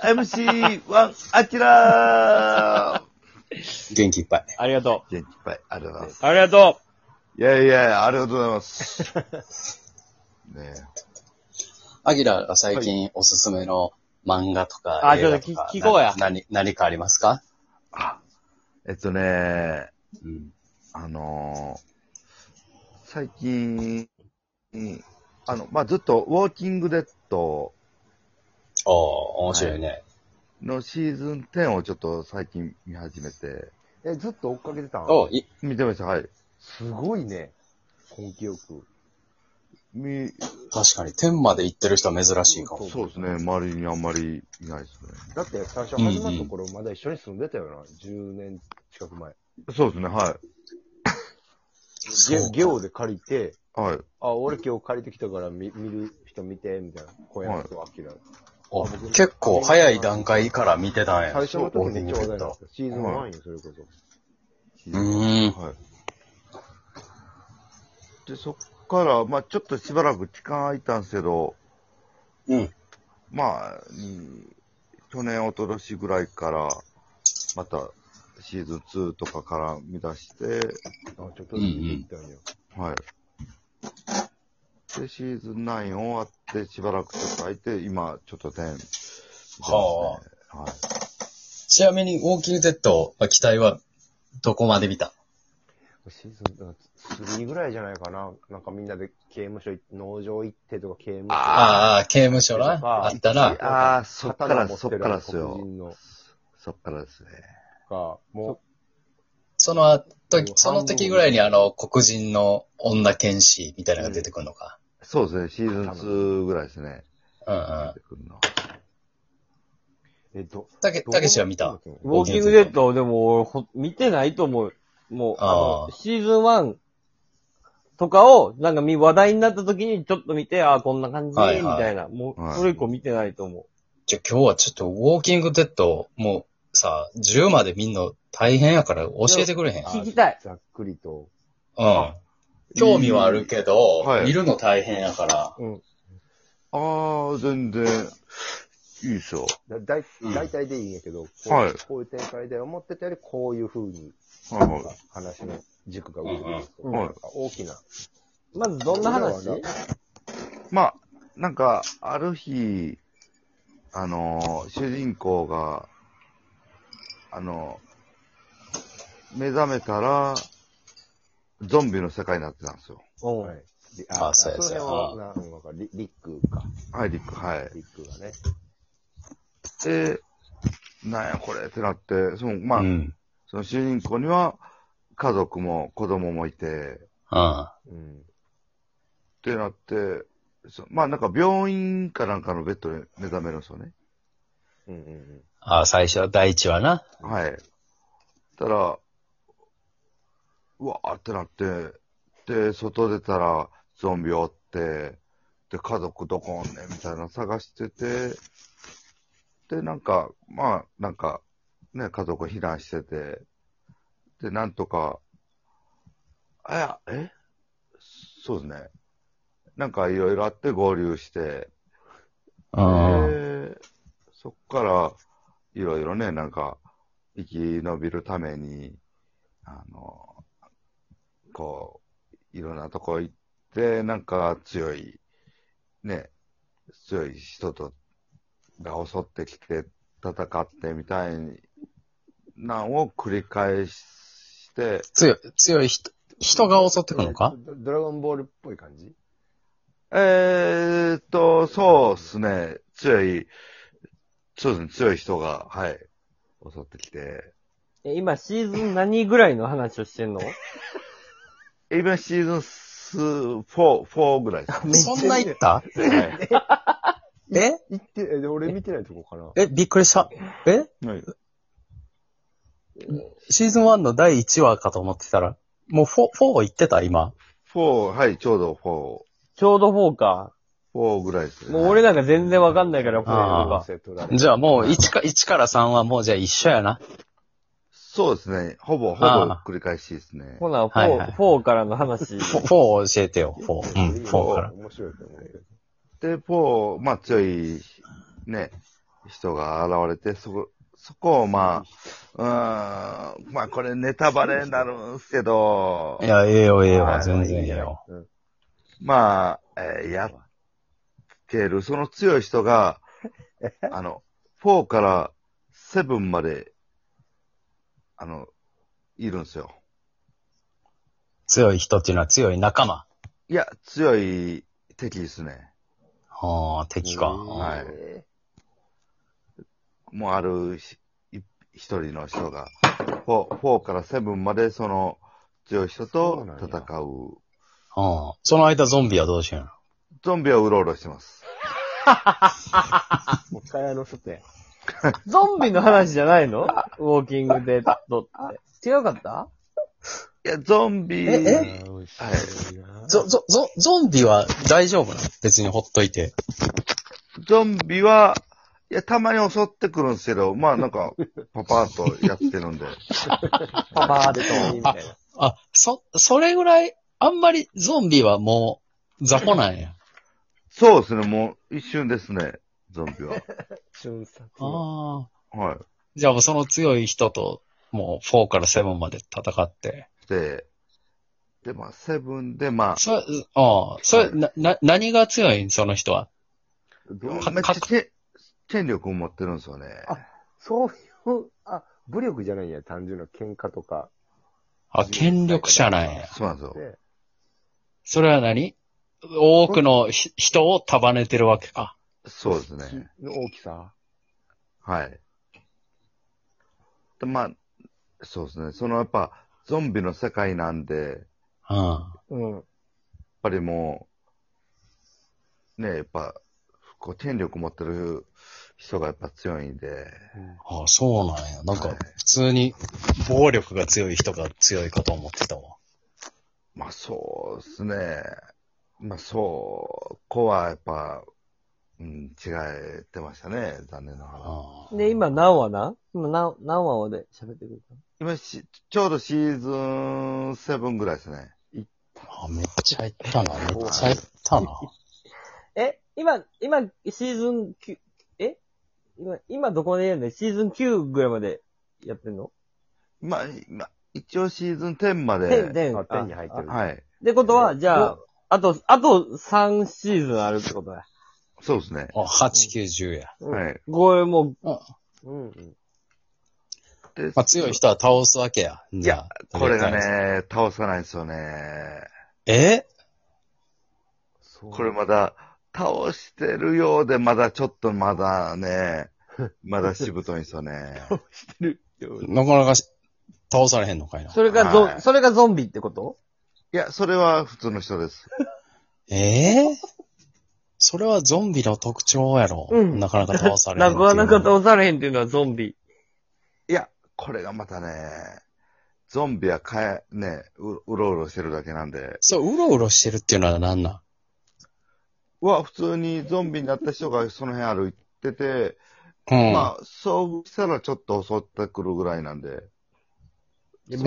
4MC1 アキラ元気いっぱい。ありがと元気いっぱい。ありがとうございます。う。ありがといやいや、ありがとうございます。 ねアギラが最近おすすめの漫画とか、あ映画とかちょっと聞聞こうやな何、何かありますかあ、えっとね、うん。あのー最近、あの、まあ、ずっと、ウォーキングデッドおー、面白いね。のシーズン10をちょっと最近見始めて、え、ずっと追っかけてたんおい、見てました、はい。すごいね。根気よく。み確かに天まで行ってる人は珍しいかも。そうですね、周りにあんまりいないですね。だって最初始まった頃まだ一緒に住んでたよな。10年近く前。そうですね、はそゲうかゲオで借りて、い。はい。あ、俺今日借りてきたから見見る人見て、みたいな。小山とアキラ。お結構早い段階から見てたんや。最初の時めっちゃ話題になドった。シーズン1よ、それこうーん。はい。で、そっから、まあちょっとしばらく期間空いたんですけど、うん。まあ、うん去年、おととしぐらいから、また、シーズン2とかから見出して、そ。あ、ちょっとずつ見ていったんや。はい。で、シーズン9終わって、しばらくちょっと空いて、今、ちょっと10、はあ。はい。ちなみに、ウォーキングデッド、期待はどこまで見たシーズン3ぐらいじゃないかな。なんかみんなで刑務所行っ、農場行ってとか刑務所。ああ、刑務所な。あったな。ああ、そっから、刀持そてっるからっす黒よ。人のそっからですね。が、もその時、その時ぐらいにあの、黒人の女剣士みたいなのが出てくるのか。そうですね、シーズン2ぐらいですね。うんうん出。てくるのはう、え、ど、たけ、たけしは見た。う。ウォーキングデッド、でも俺ほ、見てないと思う。もう、あーあのシーズン1とかを、なんかみ話題になった時にちょっと見て、ああ、こんな感じ、はいみはいたいな。も、はいうそれ以降見てないと思う。じゃ、今日はちょっと、ウォーキングデッド、もうさ、10まで見んの大変やから教えてくれへん。うん。聞きたい。ざっくりと。興味はあるけど、はい見るの大変やから。ああ、全然、いいですよ。だだいうん大体でいいんやけど、こうはいこういう展開で思ってたより、こういう風にはいは話の軸が動くんですようんうんなんか大きな。まずどんな話俺らはまあ、なんか、ある日、あのー、主人公が、あのー、目覚めたら、ゾンビの世界になってたんですよ。うん。はい。であそうやのそうや辺はな、なんかリリックか。はい、リック、はい。リックがね。で、なんやこれってなって、その、まあ、うん。その主人公には、家族も子供もいて、うん。うん。ってなって、そまあなんか病院かなんかのベッドで目覚めるんですよね。うんうんうん。あ、最初は第一話な。はい。たら、うわーってなって、で、外出たらゾンビおって、で、家族どこおんねんみたいなの探してて、で、なんか、まあ、なんか、ね、家族避難してて、で、なんとか、あや、えそうですね。なんかいろいろあって合流して、うん。で、そっから、いろいろね、なんか、生き延びるために、あの、こう、いろんなとこ行って、なんか強い、ね、強い人と、が襲ってきて、戦ってみたいなのを繰り返して、強い、強い人、人が襲ってくるのかドドラゴンボールっぽい感じえーっと、そうですね。強い、そうですね、強い人が、はい、襲ってきて。え今、シーズン何ぐらいの話をしてんの今シーズンス4、4ぐらいですね。そんな言ったはいえ行って、え、で俺見てないとこかな。え、びっくりした。えはい。シーズン1の第1話かと思ってたら、もう 4, 4行ってた今。 4、はい、ちょうどちょうど4か。 4、4ぐらいですね。もう俺なんか全然わかんないから、4あが。セットだねじゃあもう1か、1から3はもうじゃあ一緒やな。そうですね。ほぼ、ほぼあ繰り返しですね。ほな、はいはい4、4からの話。 4を教えてよ、4。うん、4から。面白いと思うけで、ど。4、まあ強い、ね、人が現れて、そこ、そこをまあ、うーん、まあこれネタバレになるんすけどい、や、ええよ、ええよは、い全然ええよ。。うんまあ、えーやっける、その強い人 が、あの、4から7まで、あの、いるんですよ。強い人っていうのは強い仲間。いや、強い敵ですね。ああ、敵か。はいもうあるひい一人の人が、4, 4から7までその強い人そうとなんや戦う。うん。その間ゾンビはどうしようのゾンビはうろうろしてます。もう一回あの人って。ゾンビの話じゃない のウォーキングデッドって。違うかったいや、ゾンビ、ええはいゾ、ゾ、ゾ、ゾンビは大丈夫なの別にほっといて。ゾンビは、いや、たまに襲ってくるんですけど、まあなんか、パパーとやってるんで。パパーっと。みたいな。あ、そ、それぐらい、あんまりゾンビはもう、雑魚なんや。そうですね、もう一瞬ですね、ゾンビ は。瞬殺の。ああ。はじゃあもうその強い人と、もう4から7まで戦って。い。で、で、まあ、セブンで、まあ、そ、ああ、それ、な、な、何が強いんその人は。めっかちゃけ権力を持ってるんですよね。そういう、あ、武力じゃないんや、単純な喧嘩とか。あ、権力者なんや。そうなんですよ。で、それは何多くのひ人を束ねてるわけか。そうですね。の大きさ。はい。でまあ、そうですね。そのやっぱ、ゾンビの世界なんで、やっうん。うん。ぱりもう、ね、やっぱ、こう、権力持ってる人がやっぱ強いんで、ああ、そうなんや。なんか、普通に暴力が強い人が強いかと思ってたわ。まあそうですね。まあそう、子はやっぱ、うん、違えてましたね。残念ながら。ああで、今何話なん今何、何話まで喋ってくれた今し、ちょうどシーズン7ぐらいですね。あ、めっちゃ入ったな。めっちゃ入ったな。え、今、今、シーズン9、え今、今どこでやるのシーズン9ぐらいまでやってんの、まあ、今、一応シーズン10まえで、 10あ10に入ってるああっはい。てことは、じゃあお、あと、あと3シーズンあるってことだ。そうですね。あ、8、9、10や。うんはい。これもうう、ん。うんうん。でまあ、強い人は倒すわけや。じゃあ。これが。ね、倒さないんですよね。えそうこれまだ、倒してるようで、まだちょっとまだ ね、まだしぶといんですよね。してる。なかなかし倒されへんのかいな。それがゾ、はいそれがゾンビってこといや、それは普通の人です。ええそれはゾンビの特徴やろ。うんなかなか倒されへんなっていうのかなか倒されへんっていうのはゾンビ。いや、これがまたね、ゾンビはかえ、ね、ううろうろしてるだけなんで。そう、うろうろしてるっていうのは何なんうわ、普通にゾンビになった人がその辺歩いてて、うん。まあ、遭遇したらちょっと襲ってくるぐらいなんで。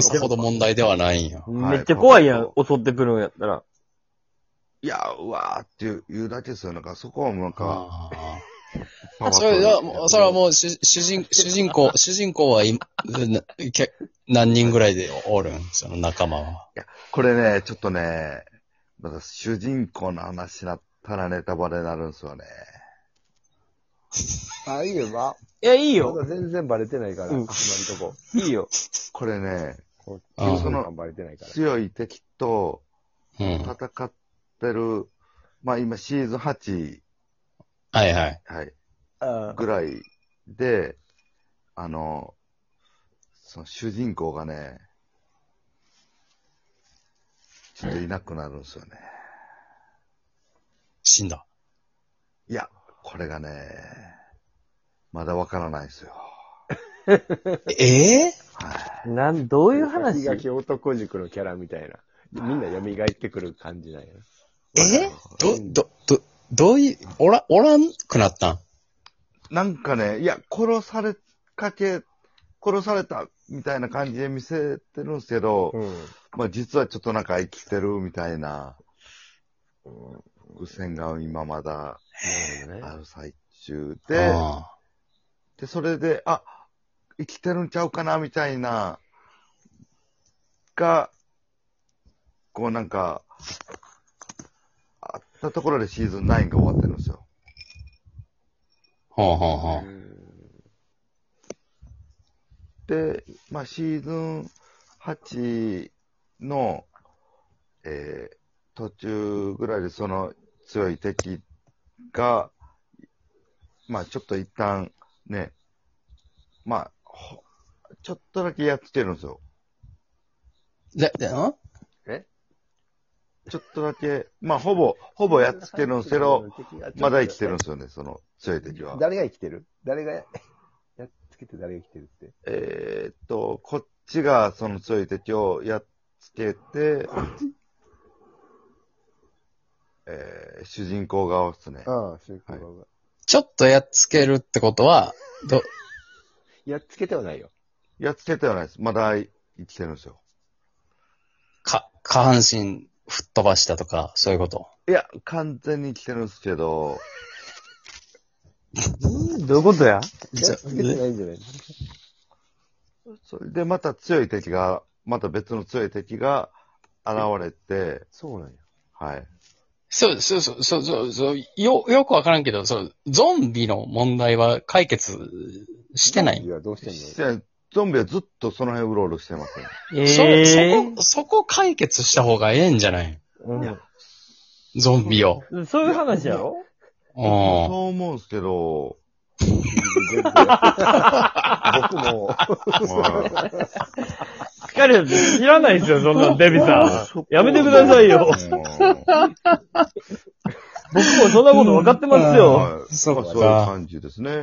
それほど問題ではないんや。はいめっちゃ怖いやパんパ、襲ってくるんやったら。いや、うわーっていう言うだけですよ。なんかそこはもうなんか、ああパパとそれは、もうそれはもう主、主 人、主人公、主人公は今、なけ何人ぐらいでおるん その仲間は。これね、ちょっとね、また主人公の話になったらネタバレになるんですよね。あ、いいよ、まいや、いいあ。まよ。だ全然バレてないから、う今んんとこ。いいよ。これね、こう、あーそのバレてないから。強い敵とうん。戦ってる、まあ今シーズン8、はいはい。はい、あぐらいで、あの、その主人公がね、ちょっといなくなるんですよね。死んだ。いや、これがね、まだわからないですよ。ええはい。ーなん、どういう話焼き男塾のキャラみたいな。みんな蘇ってくる感じなんや。えど、ど、ど、どういう、おら、おらんくなったんなんかね、いや、殺されかけ、殺されたみたいな感じで見せてるんですけど、うん。まあ実はちょっとなんか生きてるみたいな、伏線が今まだなるほどねある最中で、あで、それで、あ、生きてるんちゃうかな、みたいな、が、こうなんか、あったところでシーズン9が終わってるんですよ。ほうほうほう。うんで、まあ、シーズン8の、えー途中ぐらいでその強い敵が、まあ、ちょっと一旦ね、まあ、ほちょっとだけやっつけるんですよ。で、で、んちょっとだけ、まあ、ほぼ、ほぼやっつけるんですけど、、まだ生きてるんんですよね、その強い敵は。誰が生きてる誰が、やっつけて誰が生きてるって。えーっと、こっちがその強い敵をやっつけて、えー、主人公側ですね。ああ、主人公側がちょっとやっつけるってことは、ど、やっつけてはないよ。やっつけてはないです。まだ生きてるんですよ。か、下半身吹っ飛ばしたとか、そういうこと。いや、完全に生きてるんですけど、どういうことややっつけてないんじゃないそれでまた強い敵が、また別の強い敵が現れて、そうなんや。はい。そう、そう、そう、そう、そう、そうよ、よくわからんけど、そう、ゾンビの問題は解決してない。ゾンビはどうしてんのしてゾンビはずっとその辺うろうろしてますね。えそ、そえこ、そこ解決した方がええんじゃないゾンビを。うんそういう話やろうん。そう思うんですけど、僕も、は疲れ知らないですよ、そんなん、デビさん。やめてくださいよ。い僕もそんなこと分かってますよ。はいまあそういう感じですね。